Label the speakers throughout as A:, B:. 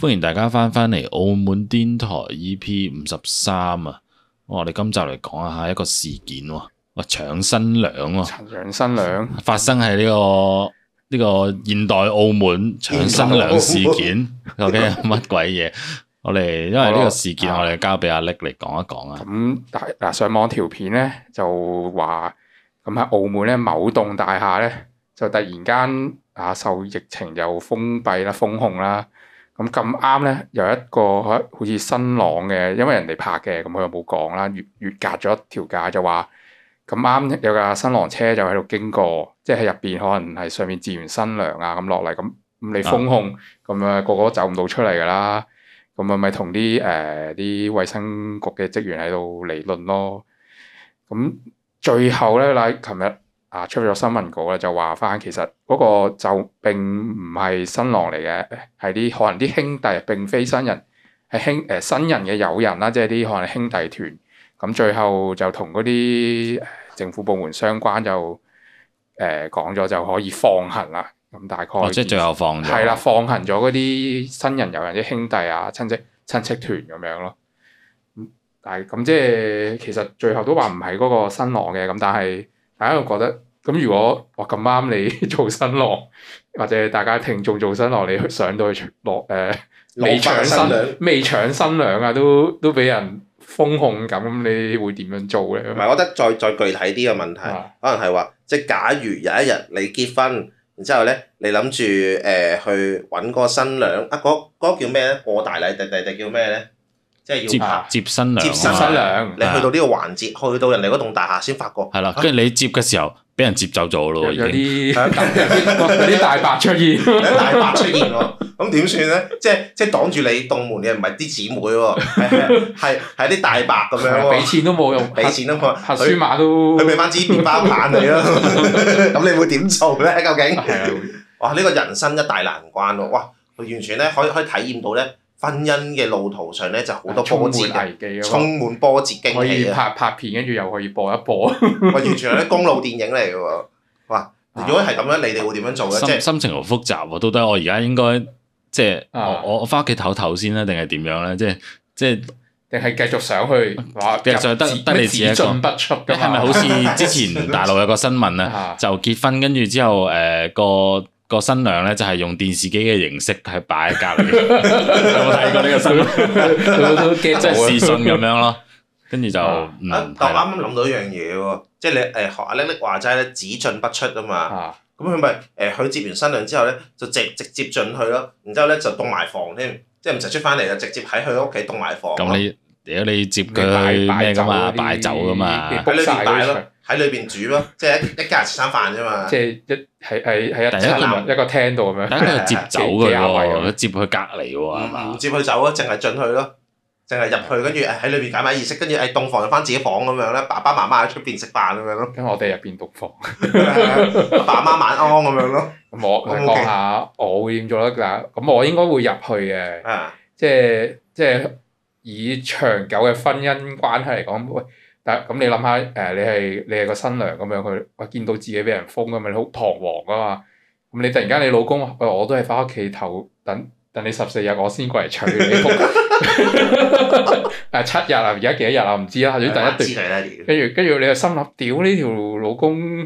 A: 歡迎大家翻返嚟澳門電台 EP 五十三啊！我哋今集嚟講下一個事件喎，哇搶新娘喎，
B: 楊新娘
A: 發生喺呢、個呢、個現代澳門搶新娘事件，究竟係乜鬼嘢？我哋因為呢個事件，
B: 好
A: 我
B: 啦
A: 哋交俾阿力嚟講一講啊。
B: 咁，但係嗱上網條片咧就話咁喺澳門咧某棟大廈咧就突然間啊受疫情又封閉啦、封控啦，咁咁啱咧有一個好似新郎嘅，因為人哋拍嘅，咁佢又冇講啦，越越隔咗一條界就話咁啱有架新郎車就喺度經過，即係喺入邊可能係上面自完新娘啊咁落嚟，咁咁你封控咁啊個個都走唔到出嚟㗎啦。咁啊咪同啲誒啲衛生局嘅職員喺度理論咯。咁最後咧，嗱，琴日啊出咗新聞稿咧，就話翻其實嗰個就並唔係新郎嚟嘅，係啲可能啲兄弟並非新人，係兄誒新人嘅友人啦，即係啲可能兄弟團。咁最後就同嗰啲誒政府部門相關就誒講咗就可以放行啦。咁大概
A: 哦，即係最後放咗。
B: 係啦，放行咗嗰啲新人、友人、啲兄弟啊、親戚、親戚團咁樣咯。咁但係咁即係其實最後都話唔係嗰個新郎嘅，咁但係大家又覺得咁如果哇咁啱你 做新郎，或者大家聽眾做新郎，你去上到去落誒、呃未
C: 攞
B: 搶
C: 返新娘。
B: 新未搶新娘啊，都都俾人封控咁，咁你會點樣做咧
C: 唔？係，我覺得再再具體啲嘅問題，
B: 啊
C: 可能係話，即係假如有一日你結婚，然之後咧，你諗住誒去揾個新娘，啊嗰嗰個叫咩咧？過大禮定定定叫咩咧？即係
A: 接
C: 要拍。
A: 接新娘
C: 接
B: 新
A: 啊嘛，
B: 娘
C: 你去到呢個環節，去到人哋嗰棟大廈先發覺，
A: 係啦，跟住你接嘅時候，俾人接走咗咯，
B: 有
A: 已
B: 有
A: 經。
B: 啲有啲大白出 現。
C: 有大白出 現喎，咁點算咧？即係即係擋住你棟門嘅唔係啲姊妹喎，係係係係啲大白咁樣
B: 俾
C: 喎，
B: 錢都冇用，
C: 俾錢啊嘛，
B: 核酸碼都
C: 佢俾翻支麵包棒 你咯，咁你會點做咧？究竟？
B: 係啊，
C: 哇！呢、個人生一大難關喎，哇！佢完全咧可以可以體驗到咧婚姻嘅路途上咧就好多波折
B: 充
C: 嘅，
B: 滿危機啊嘛，
C: 充滿波折驚
B: 可以
C: 喜啊！
B: 拍拍片，跟住又可以播一播。
C: 喂，完全係啲公路電影嚟嘅喎，哇！
B: 啊
C: 如果係咁樣，你哋會點樣做咧？即
A: 心
C: 係
A: 心情好複雜喎，到底我而家應該即係
B: 啊
A: 我我翻屋企唞唞先啦，定係點樣咧？即係即係
B: 定係繼續 上去話
A: 繼續上得
B: 字
A: 得你自己一個
B: 咩只進不出㗎嘛？
A: 係咪 好似之前大陸有個新聞啊？
B: 啊？
A: 就結婚跟住之後，誒、個個新娘咧就係用電視機嘅形式係擺喺隔離，有冇睇過呢個新 聞？
B: 我都 get
A: 即係
B: 到
A: 視訊咁樣咯。跟住就
B: 啊
A: 嗯
C: 啊！但
A: 係
C: 我
A: 啦
C: 啱啱諗到一樣嘢喎，即係你誒學阿叻叻話齋咧，只進不出啊
B: 啊
C: 嘛。
B: 啊！
C: 咁佢咪誒佢接完新娘之後咧，就直直接進去咯，然之後咧就凍埋房添，即係唔使出翻嚟就直接喺佢屋企凍埋房咯。
A: 咁你屌你接佢去咩噶嘛？擺酒噶嘛？
B: 你
C: 喺裏
B: book 曬嗰
C: 邊擺
B: 場
C: 咯，喺裏邊煮咯，即係一一家人食餐飯啫嘛
B: 即。係一係係係一
A: 第一
B: 餐
C: 個
B: 啊一個廳度咁樣。
A: 但係佢接走
B: 幾
A: 佢
B: 幾廿位
A: 喎，
B: 咁
A: 佢接去隔離喎，係
C: 唔
A: 嘛
C: 唔？嗯接佢走咯，淨係進去咯，淨係入去，跟住誒喺裏邊解埋儀式，跟住誒洞房入翻自己房咁樣咧，爸爸媽媽喺出邊食飯咁樣咯，
B: 跟住我哋入邊讀房。
C: 爸媽晚安咁樣咯，
B: 咁
A: 哦
B: 我
C: 咁
B: 我講下我會點做啦嗱，咁我應該會入去嘅。
C: 啊，
B: 即係即係以長久嘅婚姻關係嚟講，喂，但咁你諗下，誒、你係你係個新娘咁樣，佢喂見到自己俾人封咁樣，你好彷徨噶嘛。咁你突然間你老公話，喂，我都係翻屋企唞，等等你十四日，我先過嚟娶你。 誒七日啊，而家幾多日啊？唔知啦，總之等一
C: 知
B: 段
C: 你啦，屌
B: 跟住跟住你又心諗，屌呢條老公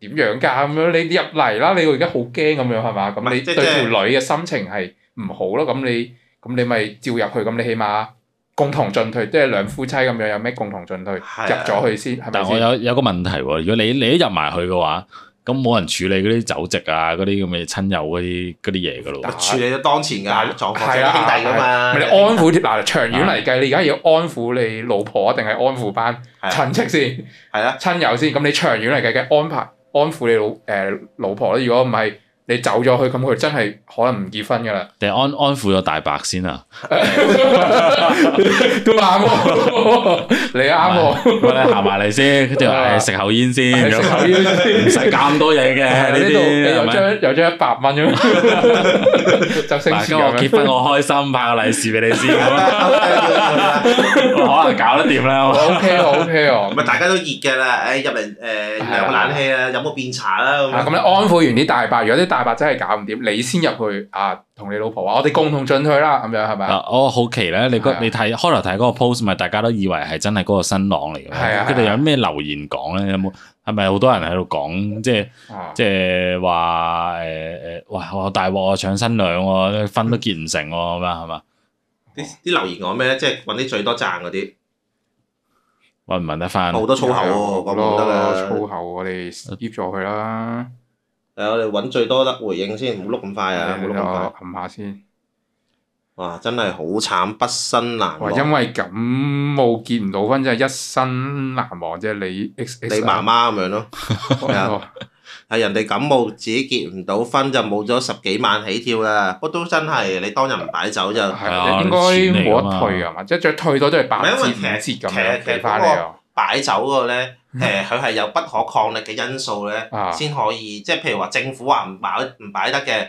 B: 點樣㗎咁樣？你入嚟啦！你而家好驚咁樣係嘛？咁你
C: 唔係即
B: 對
C: 係
B: 條女嘅心情係唔好咯。咁你咁你咪照入去，咁你起碼共同進退，即係兩夫妻咁樣有咩共同進退？入
C: 係啊
B: 咗去先係咪
A: 但我
B: 先？
A: 有有個問題喎，如果你你一入埋去嘅話，咁冇人處理嗰啲酒席啊，嗰啲咁嘅親友嗰啲嗰啲嘢噶咯喎。
C: 處理咗當前嘅狀況，
B: 係
C: 即係
B: 啊
C: 兄弟噶嘛，
B: 咪你安撫啲嗱，長遠嚟計，你而家要安撫你老婆定係安撫班
C: 係啊
B: 親戚先、
C: 係啊，
B: 親友先？咁你長遠嚟計嘅安排安撫你老誒、老婆咧。如果唔係你走咗去，咁佢真係可能唔結婚㗎啦。
A: 定係安安撫咗大白先啊？
B: 都啱喎，你啱
A: 唔係我哋行埋嚟 先，跟住話哎誒食口煙先
B: 喎，
A: 咁啊
B: 食口煙先啊
A: 唔使搞咁多嘢嘅呢
B: 呢度 你
A: 啲，係
B: 有
A: 咪？
B: 張有張一百蚊咁 樣，周星
A: 嗱，
B: 馳
A: 今日我
B: 咁
A: 結
B: 樣。
A: 婚，我開心，派個利是俾你 先，咁樣
C: 唔
A: 我可能搞得掂啦。啊我
B: O K 我 O K 哦，
C: 係啊大家都熱嘅啦，誒入嚟誒
B: 係啊
C: 涼個冷氣啊，飲個變茶啦咁
B: 啊咁
C: 樣，
B: 你安撫完啲大伯，如果啲大大伯真係搞唔掂，你先入去啊，同你老婆話我哋共同進去啦，咁樣係咪啊？
A: 啊，我好奇咧，你
B: 係
A: 嗰
B: 啊
A: 你睇開頭睇嗰個 post 咪大家都以為係真係嗰個新郎嚟嘅
B: 係啊
A: 咩，佢哋有咩留言講咧？有冇係咪好多人喺度講即係？
B: 啊
A: 即係話誒誒，哇！我大鑊啊，搶新娘喎，婚都結唔成喎，咁樣係嘛？
C: 啲啲留言講咩咧？即係揾啲最多讚嗰啲，
A: 問唔問得翻？
C: 好多粗口喎，講唔得
B: 咯，粗
C: 啦。
B: 口我哋 skip 咗佢啦，
C: 係啊我哋揾最多得回應先，唔好碌咁快啊，唔好碌咁快。
B: 我撳下先。
C: 哇！真係好慘，畢生難
B: 哇，
C: 忘。
B: 因為感冒結唔到婚，真係一生難忘啫。你 X
C: 你
B: X 啊
C: 媽媽咁樣咯，
B: 媽啊
C: 係人哋感冒自己結唔到婚就冇咗十幾萬起跳啦。不過都真係你當日唔擺酒就
B: 係
A: 啊
B: 啊，應該冇得退啊嘛，即係再退到都係八折五折咁樣俾翻你啊。
C: 擺酒嗰個咧，誒佢係有不可抗力嘅因素咧
B: 啊，
C: 先可以即係譬如話政府話唔擺唔擺得嘅，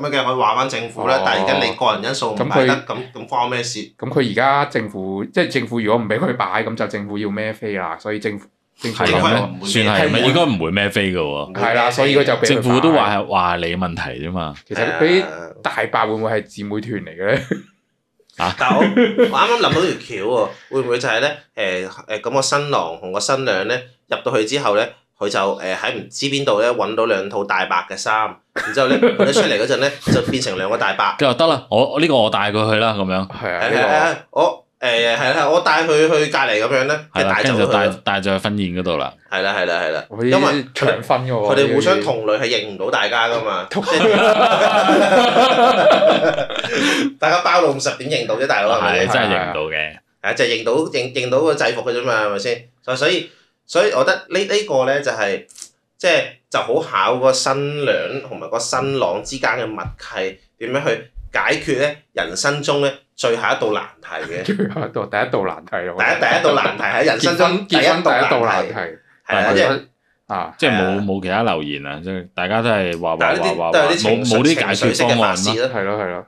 C: 咁樣嘅可以話翻政府啦
B: 哦。
C: 但係而家你個人因素唔
B: 咁
C: 擺
B: 佢
C: 得，咁咁關我咩事？
B: 咁佢而家政府即係政府，如果唔俾佢擺，咁就政府要孭飛啦。所以政府政府
A: 係
C: 應該
A: 咁
C: 係
B: 咁
C: 唔會
A: 咩？算係咩？
C: 係
A: 應該唔會咩飛嘅喎。
B: 係啦，所以佢就俾佢
A: 政府都
B: 擺
A: 話係話你問題啫嘛。
B: 其實俾
C: 啊係啊
B: 大伯會唔會係姊妹團嚟嘅咧？
C: 但我我啱啱諗到條橋喎，會唔會就係咧？誒誒咁個新郎同個新娘咧入到去之後咧，佢就誒喺唔知邊度咧揾到兩套大白嘅衫，然之 後咧佢哋出嚟嗰陣咧就變成兩個大白。
A: 跟住話得啦，我我呢個我帶佢去啦，咁樣
B: 係
C: 係
B: 啊，
C: 係
B: 呢
C: 係，我誒係啦，我帶佢去隔離咁樣咧，即
A: 係
C: 係
A: 啦，
C: 帶走
A: 跟住就
C: 佢
A: 帶
C: 啦。
A: 帶咗去婚宴嗰度啦。
C: 係啦係啦係啦，
B: 個
C: 因為
B: 搶婚嘅喎。
C: 佢哋互相
B: 呢啲
C: 同類係認唔到大家噶 嘛，即
B: 同
C: 係大家包到五十點認到啫，大佬係咪
A: 係
C: 先？
A: 真係認唔到嘅。
C: 係啊，就係認到認認到個制服嘅啫嘛，係咪先？所所以所以，我覺得呢呢個咧就係即係就好考個新娘同埋個新郎之間嘅默契點樣去解決咧人生中咧最後一道難 題嘅。
B: 最後一道第一道難題咯。
C: 第一第一道難題喺人生
B: 結
C: 中
B: 婚
C: 第一
B: 結婚第一
C: 道
B: 道
C: 難
B: 難
C: 題，
B: 題
C: 係啊，
B: 係
C: 即係
B: 啊啊，
A: 即係冇
C: 係啊
A: 冇其他留言啊！即係大家都係話話
C: 但係呢
A: 話
C: 啲
A: 話
C: 都係
A: 話
C: 啲情
A: 冇
C: 緒
A: 冇啲
C: 情
A: 解
C: 緒
A: 決
C: 式
A: 方
C: 嘅
A: 案啊
C: 發
A: 咯。
C: 泄啦。
B: 係咯係咯，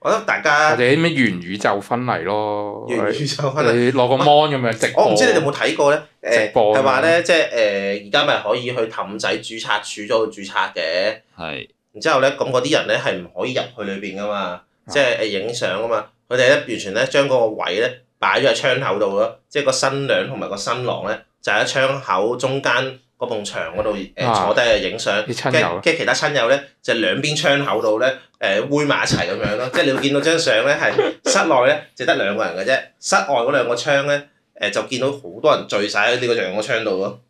C: 我覺得大
B: 或
C: 家
B: 者啲咩元宇宙婚禮咯，
C: 粵語就可能。
B: 你攞個 mon 咁樣直播。
C: 我唔知你哋有冇睇過咧？
B: 直
C: 誒
B: 播
C: 係話咧，即係誒而家咪可以去氹仔註冊處嗰度註冊嘅。
A: 係
C: 然之後咧，咁嗰啲人咧係唔可以入去裏邊噶嘛，
B: 啊
C: 即係誒影相啊嘛。佢哋咧完全咧將嗰個位咧擺咗喺窗口度咯，即係個新娘同埋個新郎咧就喺窗口中間嗰埲牆嗰度誒
B: 啊
C: 坐低去影相。
B: 啲
C: 跟
B: 親友啊
C: 跟其他親友咧，就兩邊窗口度咧，誒煨埋一齊咁樣咯，即係你會見到張相咧係室內咧就得兩個人嘅啫，室外嗰兩個窗咧，誒、就見到好多人聚晒喺呢個兩個窗度咯，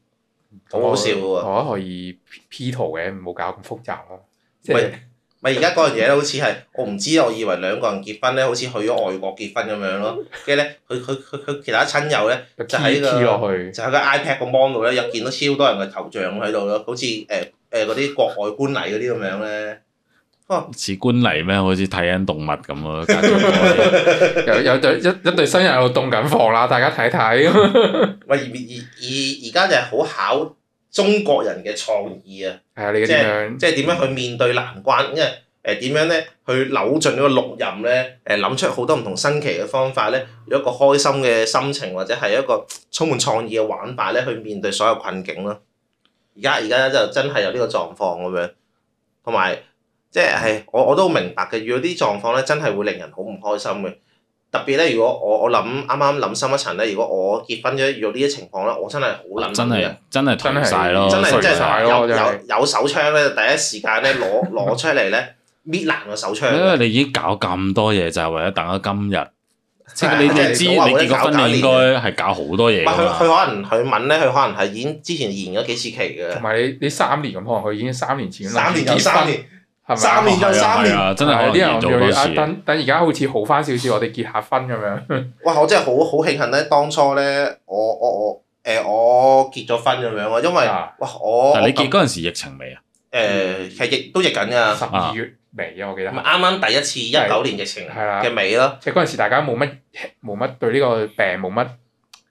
C: 好好笑喎！
B: 我覺得可以 P- P 圖嘅，唔好搞咁複雜咯。即
C: 喂
B: 係
C: 咪而家嗰樣嘢咧，好似係我唔知，我以為兩個人結婚咧，好似去咗外國結婚咁樣咯，跟住咧佢佢佢佢其他親友咧
B: 就
C: 就喺
B: P
C: 呢個
B: P 落去，
C: 就喺個 iPad 個 mon 度咧，又見到超多人嘅頭像喺度咯，好似誒誒嗰啲國外觀禮嗰啲咁樣咧，
A: 似官嚟咩？好似睇緊動物咁啊咯。隔咗個
B: 有有對一一對新人喺度凍緊房啦，大家睇睇。
C: 喂而而而而家就係好考中國人嘅創意啊！
B: 係啊，你點樣？
C: 即係點樣去面對難關？因為誒點樣咧去扭盡嗰個六壬咧？誒諗出好多唔同新奇嘅方法咧，有一個開心嘅心情或者係一個充滿創意嘅玩法咧，去面對所有困境咯。而家而家就真係有呢個狀況咁樣，同埋即係係我我都明白嘅，遇到啲狀況咧，真係會令人好唔開心嘅。特別咧，如果我我諗啱啱諗深一層咧，如果我結婚咗遇到呢啲情況咧，我真係 好
A: 位
C: 撚
A: 真
C: 嘅
A: 係真係頹晒咯，
C: 真係
A: 哦衰
C: 真
A: 晒
C: 係
B: 衰
C: 有
B: 咯真係
C: 有有手槍咧，第一時間咧攞 攞出嚟咧搣爛個手槍啊
A: 因為
C: 嘅。
A: 你已經搞咁多嘢，就係為咗等咗今日。即係你
C: 係
A: 你知
C: 係
A: 你結過婚，
C: 搞搞
A: 你應該係搞好多嘢
C: 喂佢
A: 㗎嘛。
C: 佢可能佢問咧，佢可能係已經之前延咗幾次期
B: 同
C: 嘅，
B: 埋你你三年咁，可能佢已經三年前諗住
C: 三年又
B: 啊結
C: 三
B: 婚，係咪
C: 年，三年又
A: 係啊
C: 三
A: 係
C: 年。
A: 啊，真係可能
B: 啲人
A: 延
B: 諗
A: 做
B: 住
A: 多
B: 啊，
A: 次。
B: 等等而家好似好翻少少，我哋結下婚咁樣。
C: 哇！我真係好好慶幸咧，當初咧，我我我誒我結咗婚咁樣啊，因為
B: 啊
C: 哇我
A: 但係
C: 我
A: 你結嗰陣時疫情未啊？
C: 誒其實亦都疫緊㗎，
B: 十二月尾啊，我記得
C: 啱啱第一次一九年疫情
B: 係啦
C: 嘅尾咯，
B: 即係嗰陣時大家冇乜冇乜對呢個病冇乜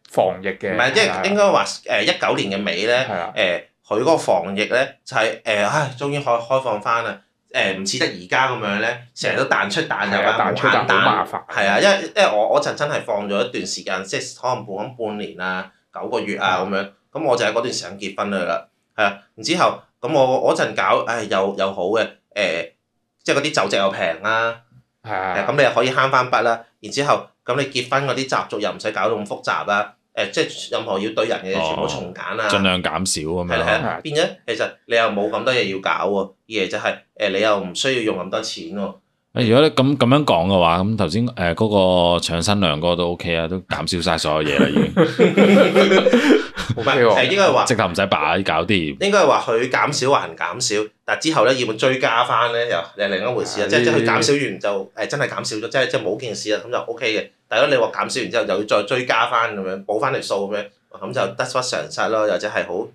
B: 防疫
C: 唔
B: 嘅，
C: 係即
B: 係啊
C: 係應該話誒一九年嘅尾咧。
B: 係啊，
C: 誒呃佢嗰個防疫咧就係、誒，唉，終於開開放翻啦！誒唔似得而家咁樣咧，成日都彈出彈入
B: 係啊彈出彈
C: 玩
B: 好麻煩
C: 係啊，因為因為我我嗰陣真係放咗一段時間，即係可能半咁半年啊、九個月啊咁樣，咁我就喺嗰段時間結婚㗎啦，係啊，然之後咁我嗰陣搞，唉又又好嘅，誒、呃即係嗰啲酒席又平啦，
B: 係
C: 誒
B: 啊
C: 咁、，你又可以慳翻筆啦。然之後咁你結婚嗰啲習俗又唔使搞到咁複雜啦，誒、即係任何要對人嘅
B: 哦
C: 嘢全部重啊簡啦。
A: 盡量減少咁
C: 係啦係
A: 樣。
C: 啦，變咗其實你又冇咁多嘢要搞喎，二嚟就係、誒你又唔需要用咁多錢喎，
A: 誒如果你咁咁樣講嘅話，咁頭先誒嗰個搶新娘嗰個都 OK 啊，都減少晒所有嘢啦，已經
C: 唔
B: OK
C: 係
B: 喎
C: 係應該 係話
A: 直頭唔使擺搞掂。
C: 應該係話佢減少還減少，但之後咧要唔要追加翻咧又又另一回事啦。啊
A: 啊
C: 即係即係佢減少完就誒真係減少咗，即係即係冇件事啊啦，咁就 O K 嘅。但係如果你話減少完之後又要再追加翻咁樣補翻條數咁樣，咁就得不償失咯，又或者係好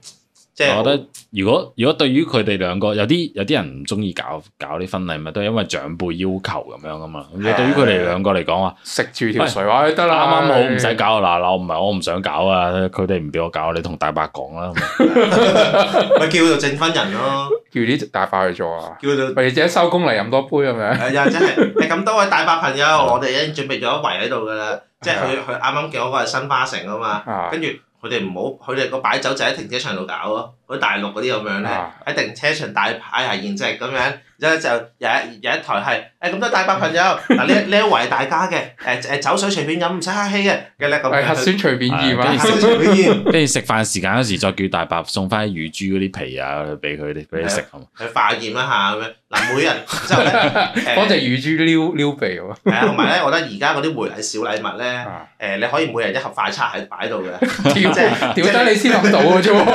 C: 即係
A: 我
C: 好
A: 覺得如果如果對於佢哋兩個有啲有啲人唔中意搞搞啲婚禮，咪都係因為長輩要求咁樣啊嘛。如果對於佢哋兩個嚟講話，
B: 食住條水話哎得
A: 啱
B: 啦，
A: 啱好唔使搞啊嗱嗱，唔係我唔想搞啊，佢哋唔俾我搞，你同大伯講啦。咁
C: 咪叫做證婚人咯，
B: 叫啲大化去做啊，
C: 叫做。
B: 或者收工嚟飲多杯咁樣。
C: 誒又 真係，誒咁多位大伯朋友，我哋已經準備咗一圍喺度㗎啦，即係佢佢啱啱叫我嗰係新花城啊嘛，
B: 啊
C: 跟住佢哋唔好，佢哋個擺酒就喺停車場度搞咯，好似大陸嗰啲咁樣咧
B: 啊，
C: 喺停車場大排下筵席咁樣，然之後就有一有一台係誒咁多大伯 朋友，嗱呢呢一圍大家嘅，誒誒酒水隨便飲，唔使客氣嘅，嘅咧咁
B: 係核
C: 樣。
B: 酸隨便驗
A: 係跟
B: 啊
A: 住，
C: 客氣隨便驗
A: 跟住食飯時間嗰時，再叫大伯送翻啲乳豬嗰啲皮啊，俾佢哋俾你食啊嘛。
C: 去化驗一下咁樣，嗱每 人之後咧，
A: 啊
B: 幫隻
C: 誒
B: 乳豬撩撩鼻喎。
C: 係啊同埋咧，我覺得而家嗰啲回禮小禮物咧，
B: 啊
C: 誒你可以每人一盒快餐喺擺度嘅。
B: 屌
C: 即係
B: 屌得你先諗到嘅啫喎，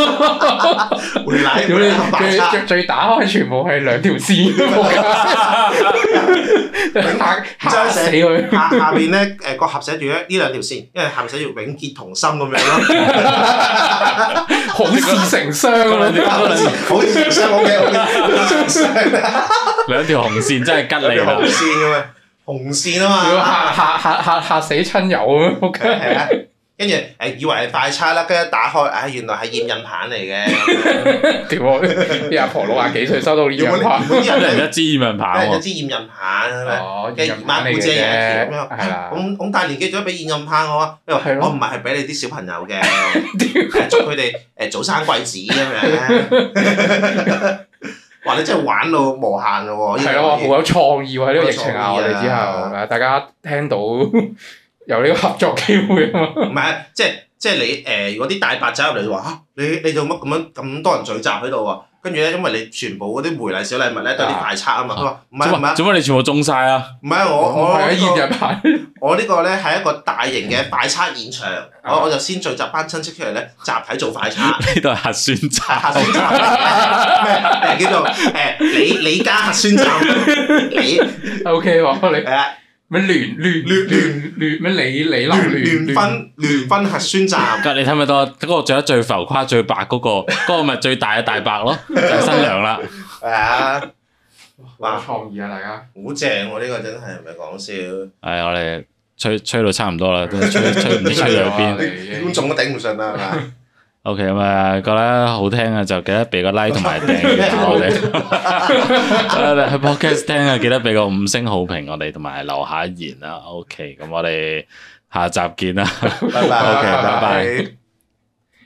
B: 屌
C: 回禮 回禮合
B: 你
C: 白
B: 最
C: 叉
B: 最最打開全部係兩條 線都冇㗎嚇嚇死佢。
C: 下下邊咧誒個盒寫住咧呢兩條線，因為下面寫住永結同心咁樣咯，
B: 好事成雙啊 咯，
C: 好似成雙 OK OK，成
A: 兩條紅線真係吉啊你
C: 兩
A: 啦
C: 條紅。線咁樣，紅線
B: 屌
C: 啊
B: 嚇嚇
C: 嘛，
B: 嚇嚇嚇死親友咁仆
C: 係
B: 街。
C: 係啊，跟住誒以為係快餐啦，跟住一打開，唉原來係驗孕棒嚟 嘅，
B: 屌我啲阿婆六廿幾歲收到呢
C: 原
B: 樣
C: 本
B: 話，
C: 本啲
A: 一
C: 人
A: 人一支燕麥棒
C: 咧有
A: 喎，
C: 支驗孕棒啊咁樣。
B: 哦，
C: 跟住姨媽姑姐有一條咁樣，
B: 係啦，
C: 咁咁大年紀咗俾驗孕棒我啊，佢話
B: 啊係咯
C: 我唔係係俾你啲小朋友 嘅，係祝佢哋誒早生貴子咁樣。 哇！你真係玩到無限咯喎，呢個
B: 係咯，好
C: 可以
B: 有創意喎！喺呢個疫情下，
C: 好
B: 我
C: 有創意啊
B: 哋之後大家聽到有呢個合作機會啊嘛，
C: 唔係即係即係你誒，如果啲大白走入嚟話嚇，你你做乜咁樣咁多人聚集喺度啊？跟住咧，因為你全部嗰啲回禮小禮物咧都係啲大測啊嘛，佢話 唔係
A: 做
C: 唔係
A: 乜做乜你全部中晒啊？
C: 唔係我我
B: 係啊，
C: 呢個
B: 現日 版
C: 我呢個咧係一個大型嘅快測現場，
B: 啊
C: 我我就先聚集班親戚出嚟咧，集體做 快測。
A: 呢度係核酸
C: 係
A: 站。
C: 核酸站，誒叫做誒李李家核酸站，李
B: O K 喎，你
C: 係啦，
B: 咩聯聯
C: 聯
B: 聯聯咩李李立
C: 聯
B: 聯
C: 聯婚聯婚核酸站，
A: 隔你睇咪得咯？嗰、個着得最浮誇、最白嗰、個，嗰個咪最大嘅大白咯，就係新娘啦。
C: 係啊，
B: 哇！創意啊，大家
C: 好正喎！呢個真係唔係講笑，
A: 係、我哋吹吹到差唔多啦，都吹吹唔知吹到
B: 啊
A: 邊。
C: 觀眾都頂唔順啦，係嘛？
A: OK 咁啊，覺得好聽啊，就記得俾個 like 同埋訂閱啊我哋。 我哋去 podcast 聽啊，記得俾個五星好評我哋，同埋留下言啦。OK，咁我哋下集見啦。
C: 拜
A: OK，拜拜
C: 拜。